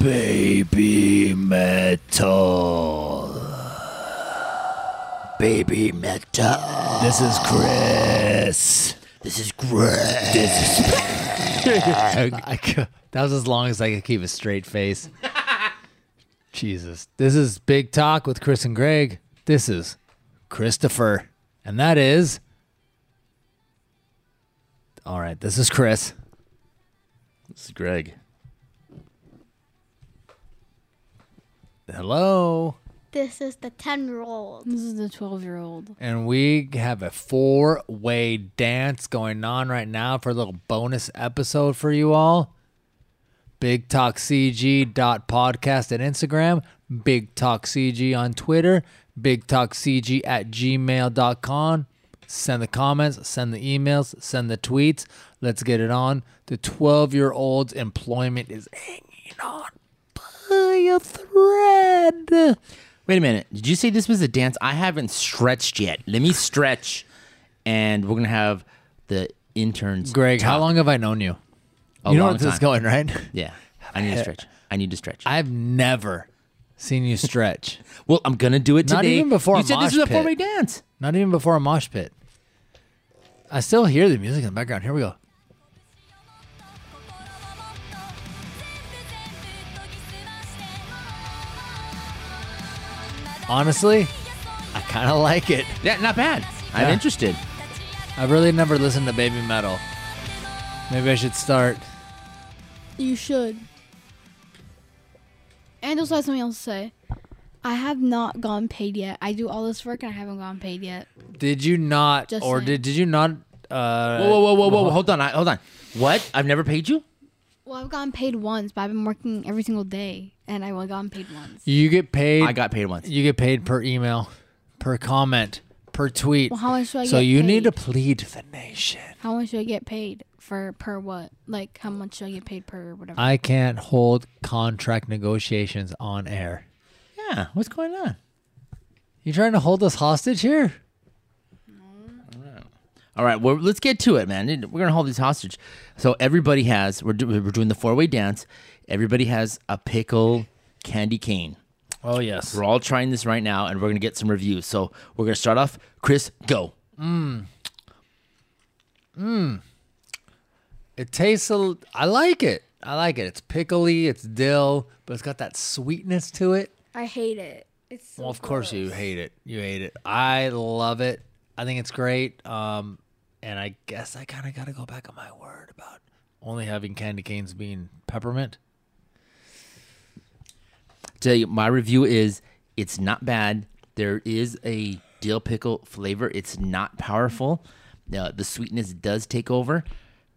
Baby metal. Baby metal. This is Chris. This is great. This is I cou- that was as long as I could keep a straight face. Jesus. This is Big Talk with Chris and Greg. This is Christopher. And that is. All right. This is Chris. This is Greg. Hello. This is the 10 year old. This is the 12 year old. And we have a four way dance going on right now for a little bonus episode for you all. Big Talk CG dot podcast at Instagram, Big Talk CG on Twitter, Big Talk CG at gmail.com. Send the comments, send the emails, send the tweets. Let's get it on. The 12 year old's employment is hanging on by a thread. Wait a minute. Did you say this was a dance? I haven't stretched yet. Let me stretch. And we're going to have the interns. Greg, how talk. long have I known you? A you know long where this is going, time. right? Yeah. I need to stretch. I need to stretch. I've never seen you stretch. well, I'm going to do it today. Not even before You a said mosh this was a pit. four way dance. Not even before a mosh pit. I still hear the music in the background. Here we go. Honestly, I kind of like it. Yeah, not bad. I'm Yeah. interested. I've really never listened to baby metal. Maybe I should start. You should. And also, I have something else to say. I have not gone paid yet. I do all this work and I haven't gone paid yet. Did you not, Just or saying. did did you not? Uh, Whoa, whoa, whoa, whoa, whoa. Hold on. I, hold on. What? I've never paid you? Well, I've gotten paid once, but I've been working every single day and I only gotten paid once. You get paid. I got paid once. You get paid per email, per comment, per tweet. Well, how much do I so get you need to paid? plead to the nation. How much do I get paid for per what? Like, how much do I get paid per whatever? I can't hold contract negotiations on air. Yeah. What's going on? You trying to hold us hostage here? All right, well, let's get to it, man. We're gonna hold these hostage. So everybody has we're, do, we're doing the four way dance. Everybody has a pickle candy cane. Oh yes. We're all trying this right now, and we're gonna get some reviews. So we're gonna start off. Chris, go. It tastes a l- I like it. I like it. It's pickly, it's dill, but it's got that sweetness to it. I hate it. It's so Well, of course you hate it. You hate it. I love it. I think it's great. Um and I guess I kind of got to go back on my word about only having candy canes being peppermint. Tell you, my review is it's not bad. There is a dill pickle flavor. It's not powerful. Uh, the sweetness does take over.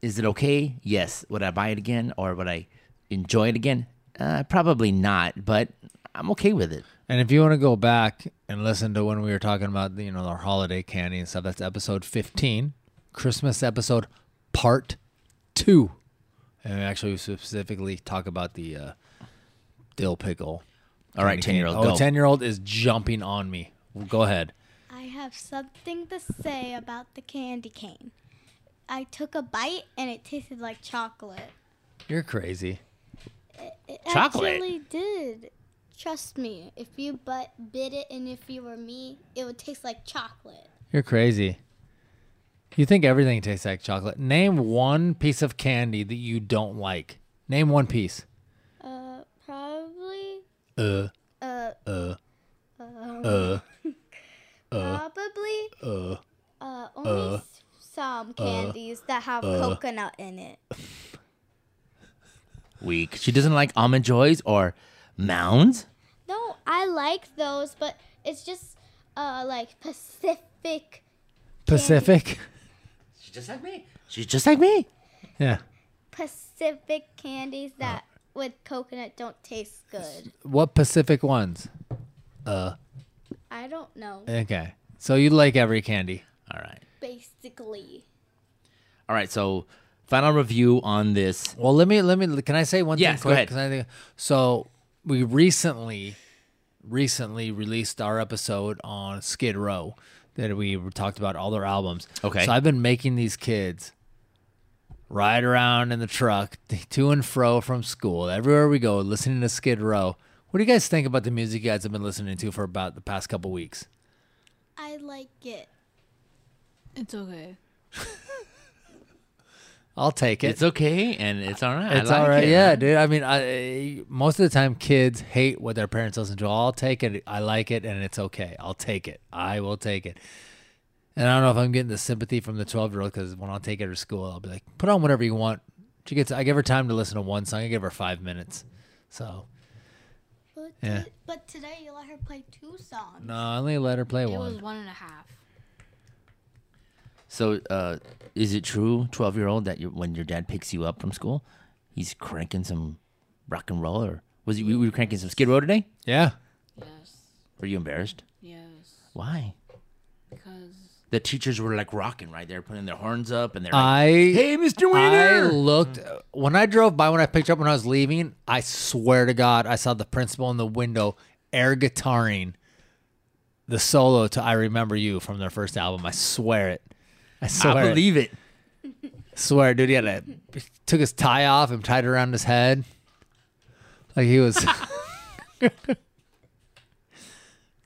Is it okay? Yes. Would I buy it again, or would I enjoy it again? Uh, probably not. But I'm okay with it. And if you want to go back and listen to when we were talking about you know our holiday candy and stuff, that's episode fifteen, Christmas episode, part two. And we actually specifically talk about the uh, dill pickle. All right, ten year old, Oh, go. 10 year old is jumping on me. Well, go ahead. I have something to say about the candy cane. I took a bite and it tasted like chocolate. You're crazy. It Chocolate? actually did. Trust me, if you but bit it and if you were me, it would taste like chocolate. You're crazy. You think everything tastes like chocolate? Name one piece of candy that you don't like. Name one piece. Uh, probably. Uh, Uh. um, uh, Probably. Uh. Uh. Only s some uh, candies that have coconut in it. Weak. She doesn't like almond joys or mounds. No, I like those, but it's just uh like Pacific. Pacific. She's just like me. She's just like me. Yeah. Pacific candies Uh-huh. that with coconut don't taste good. What Pacific ones? I don't know. Okay. So you like every candy. All right. Basically, All right. So final review on this. Well, let me let me can I say one Yes, go thing quick? ahead. 'Cause I think- so we recently recently released our episode on Skid Row that we talked about all their albums. Okay. So I've been making these kids ride around in the truck to and fro from school, everywhere we go, listening to Skid Row. What do you guys think about the music you guys have been listening to for about the past couple weeks? I like it. It's okay. I'll take it. It's okay and it's all right. I It's like all right. it. Yeah, dude. I mean, I most of the time kids hate what their parents listen to. I'll take it. I like it, and it's okay. I'll take it. I will take it. And I don't know if I'm getting the sympathy from the 12 year old because when I'll take her to school, I'll be like, put on whatever you want. She gets. I give her time to listen to one song. I give her five minutes. So But, Yeah. t- but today you let her play two songs. no, I only let her play It was one. one and a half. So, uh, is it true, twelve year old, that you when your dad picks you up from school, he's cranking some rock and roll, or was he? We were cranking some Skid Row today. Yeah. Yes. Were you embarrassed? Yes. Why? Because The teachers were like rocking right there, putting their horns up, and they're like, I. "Hey, Mr. I Wiener!" looked when I drove by when I picked her up when I was leaving. I swear to God, I saw the principal in the window air guitaring the solo to "I Remember You" from their first album. I swear it. I swear. I believe it. It. Swear, it, dude. He had a, took his tie off and tied it around his head, like he was.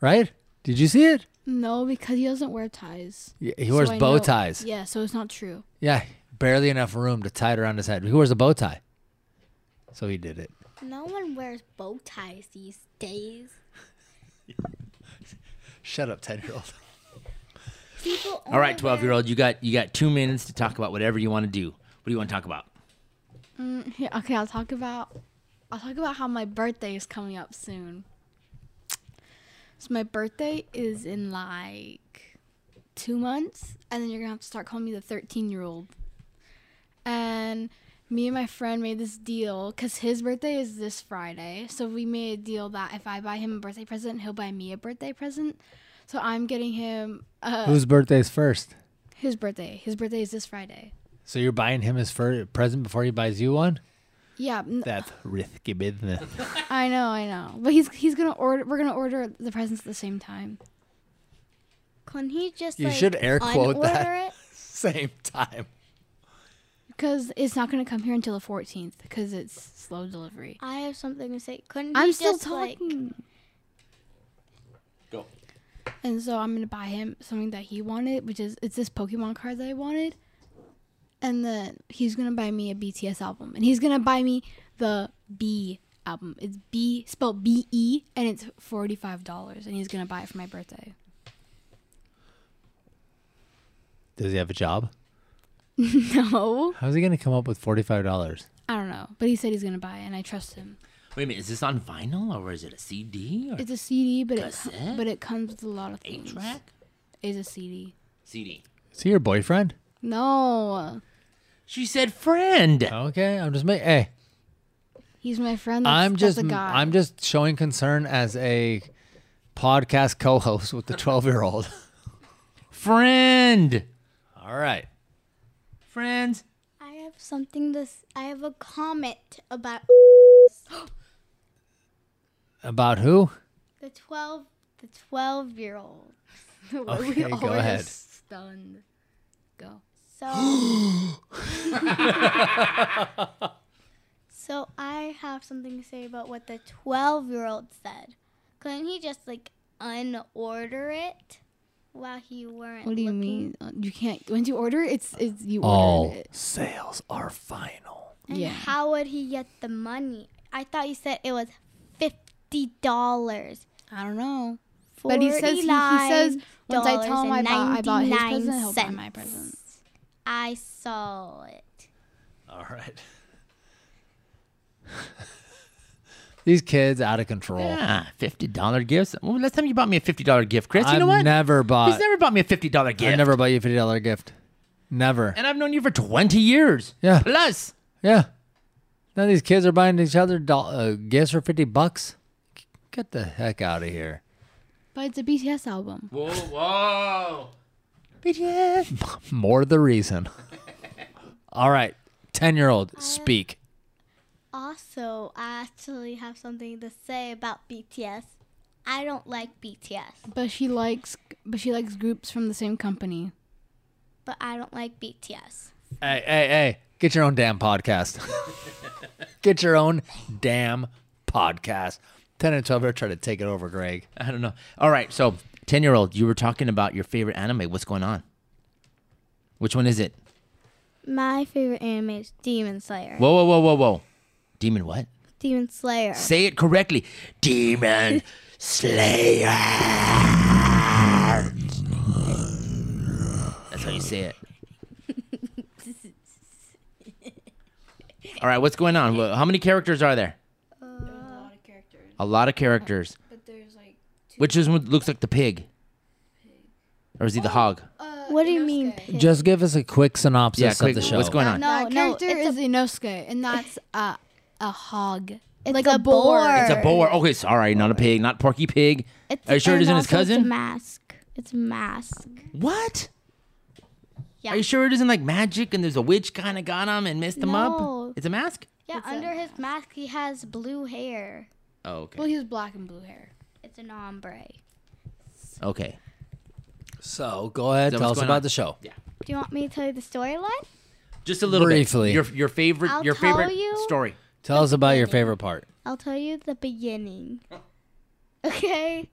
right? Did you see it? no, because he doesn't wear ties. Yeah, He So wears I bow know- ties. Yeah, so it's not true. yeah, barely enough room to tie it around his head. He wears a bow tie, so he did it. No one wears bow ties these days. Shut up, ten year old. People All right, twelve year old, you got you got two minutes to talk about whatever you want to do. What do you want to talk about? Yeah, okay, I'll talk about I'll talk about how my birthday is coming up soon. So my birthday is in like two months, and then you're gonna have to start calling me the 13 year old. And me and my friend made this deal because his birthday is this Friday, so we made a deal that if I buy him a birthday present, he'll buy me a birthday present. So I'm getting him uh, Whose birthday is first? his birthday. His birthday is this Friday. So you're buying him his first present before he buys you one? Yeah, n- That's risky business. I know, I know. But he's he's gonna order. We're gonna order the presents at the same time. Can he just You like, should air quote that. unorder it? Same time. Because it's not gonna come here until the fourteenth. Because it's slow delivery. I have something to say. Couldn't I'm he still just, like- talking. Go. And so I'm gonna buy him something that he wanted, which is it's this Pokemon card that I wanted. And then he's gonna buy me a BTS album, and he's gonna buy me the B album. It's B spelled B E, and it's forty five dollars, and he's gonna buy it for my birthday. Does he have a job? No, How's he going to come up with $45? I don't know, but he said he's gonna buy it, and I trust him. Wait a minute, is this on vinyl or is it a CD or It's a CD, but it com- Cassette? but it comes with a lot of eight things. track? Is a CD. CD. Is he your boyfriend? No, She said, "Friend." Okay, I'm just making. Hey, he's my friend. That's, I'm just that's a guy. I'm just showing concern as a podcast co-host with the 12 year old. Friend. All right. Friends. I have something to. s- I have a comment about About who? the twelve. The twelve-year-old. Okay, go all ahead. stunned. Go. So. so I have something to say about what the twelve-year-old said. Couldn't he just like unorder it while he weren't? What do you looking? mean? Uh, You can't. Once you order, it, it's it's you All ordered it. sales are final. And Yeah. how would he get the money? I thought you said it was fifty dollars. I don't know. But he says he, he says once I tell him I bought, I bought his present, he'll buy my present. I saw it. All right. These kids out of control. Yeah, fifty dollar gifts. Well, last time you bought me a fifty dollar gift, Chris. You know I've what? never bought. He's never bought me a fifty dollar gift. I never bought you a fifty dollar gift. Never. And I've known you for twenty years. Yeah. Plus. Yeah. Now these kids are buying each other doll uh, gifts for fifty bucks. Get the heck out of here. But it's a BTS album. Whoa, whoa. More the reason. All right, ten year old, speak. Also, I actually have something to say about BTS. I don't like BTS, But she likes but she likes groups from the same company. but I don't like BTS. Hey, hey, hey. Get your own damn podcast. Get your own damn podcast. 10 and 12 are trying to take it over, Greg. I don't know. All right, so ten year old, you were talking about your favorite anime. What's going on? Which one is it? My favorite anime is Demon Slayer. Whoa, whoa, whoa, whoa, whoa! Demon what? Demon Slayer. Say it correctly. Demon Slayer. That's how you say it. All right, what's going on? Wha- How many characters are there? a lot of characters, A lot of characters. Uh, but there's like two. Which is one looks like the pig? Or is he the hog? Uh, What do you mean? Inosuke. pig? Just give us a quick synopsis Yeah, of quick, the show. what's going on? No, that no, character it's is Inosuke, and that's a a hog, It's like a a, boar. boar. It's a boar. Okay, sorry, not a pig, not Porky Pig. Are you sure it and isn't his also It's a cousin? mask. It's a mask. What? Yeah. Are you sure it isn't like magic and there's a witch kind of got him and messed him No. up? It's a mask? Yeah, under his mask he has blue hair. Oh, okay. Well, he has black and blue hair. It's an ombre. Okay. So go ahead, So tell us what's going about on? the show. Yeah. Do you want me to tell you the storyline? Just a little bit. Briefly. Your your favorite I'll your tell favorite you. story. Tell us about your favorite part. I'll tell you the beginning. Okay?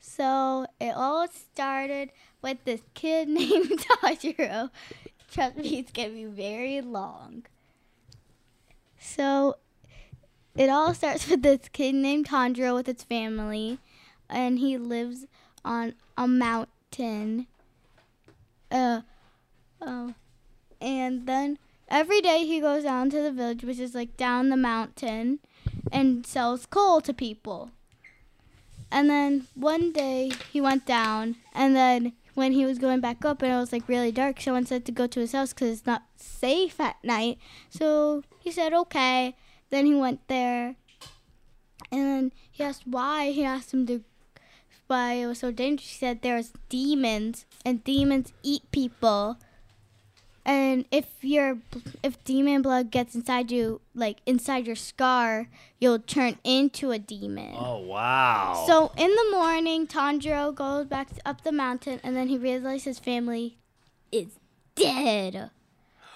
So it all started with this kid named Tajiro. Trust me, it's gonna be very long. So it all starts with this kid named Tanjiro with his family, and he lives on a mountain. Uh, oh, and then every day he goes down to the village, which is like down the mountain, and sells coal to people. And then one day he went down, and then when he was going back up, and it was like really dark, someone said to go to his house because it's not safe at night. So he said okay. Then he went there, and then he asked why. He asked him to why it was so dangerous. He said there's demons, and demons eat people. And if your if demon blood gets inside you, like inside your scar, you'll turn into a demon. Oh, wow. So in the morning, Tanjiro goes back up the mountain, and then he realizes his family is dead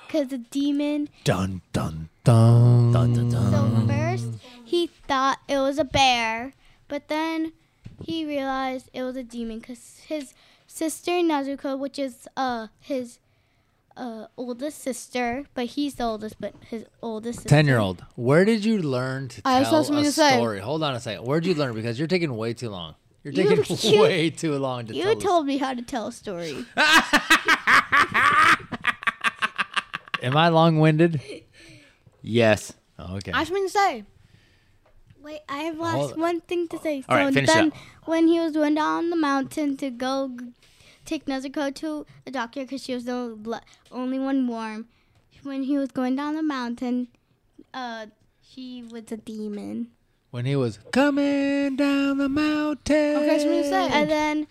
because the demon. Dun, dun, dun. Dun, dun, dun. So first he thought it was a bear, but then he realized it was a demon because his sister Nazuko, which is uh his uh oldest sister, but he's the oldest, but his oldest sister. 10 year old, where did you learn to I also tell have something a to say. story? Hold on a second. Where'd you learn? Because you're taking way too long. You're You- taking you- way too long to You tell told me how to tell a story. this. Am I long winded? Yes. Okay. I have something to say. Wait, I have last Hold- one thing to say. So All right, finish then, up. when he was going down the mountain to go g- take Nezuko to the doctor because she was the le- only one warm, when he was going down the mountain, uh, he was a demon. When he was coming down the mountain. Okay, I have something to say. And then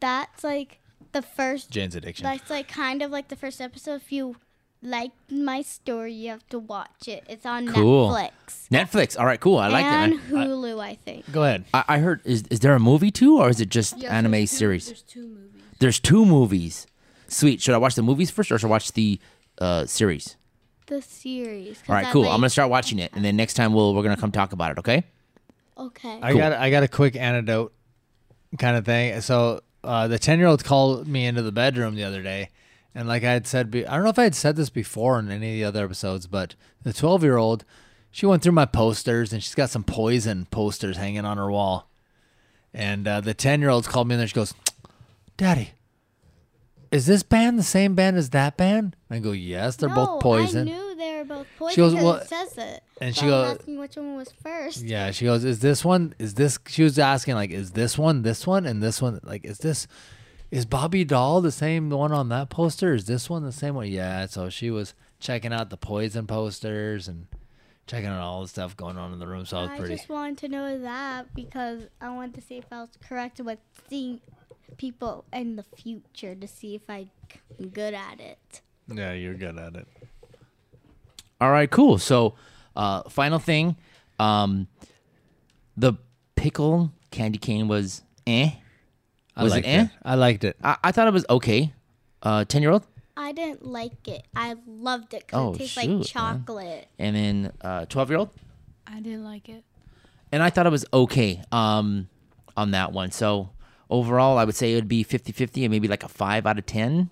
that's like the first. Jane's addiction. That's like kind of like the first episode. If you like my story, you have to watch it. It's on Cool. Netflix Netflix. All right, cool. I like and that. Hulu, I think. Go ahead. I, I heard is is there a movie too or is it just Yes, anime there's two- series? There's two movies. There's two movies. Sweet. Should I watch the movies first or should I watch the uh, series? The series. 'cause All right, that cool. way- I'm gonna start watching it, and then next time we'll we're gonna come talk about it. Okay. Okay. I got I got a quick antidote kind of thing. So uh, the ten year old called me into the bedroom the other day, and like I had said, be- I don't know if I had said this before in any of the other episodes, but the twelve year old, she went through my posters and she's got some poison posters hanging on her wall, and uh, the ten year old's called me in there. She goes, "Daddy." Is this band the same band as that band? I go, yes, they're No, both poison. I knew they were both poison. goes, 'cause "Well-" it says it. and So she I'm goes- asking which one was first. Yeah, she goes, "Is this one? Is this?" She was asking, like, "Is this one? This one? And this one? Like, is this? Is Bobby Doll the same one on that poster? Is this one the same one?" Yeah. So she was checking out the poison posters and checking out all the stuff going on in the room. So I was I pretty. just wanted to know that because I wanted to see if I was correct with seeing people in the future to see if I'm good at it. Yeah, you're good at it. All right, cool. So, uh, final thing, um, the pickle candy cane was eh. I Was it liked eh? I liked it. I, I thought it was okay. Uh, ten year old. I didn't like it. I loved it because Oh, it tastes shoot, man. like chocolate. And then twelve year old, I didn't like it. and I thought it was okay um, on that one. So overall, I would say it would be 50-50 and maybe like a five out of ten,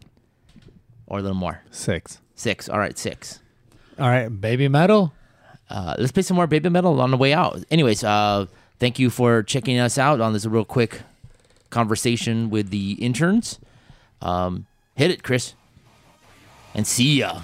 or a little more. Six. Six. All right, six. All right, baby metal. Uh, let's play some more baby metal on the way out. Anyways, uh, thank you for checking us out on this real quick conversation with the interns. Um, hit it, Chris, and see ya.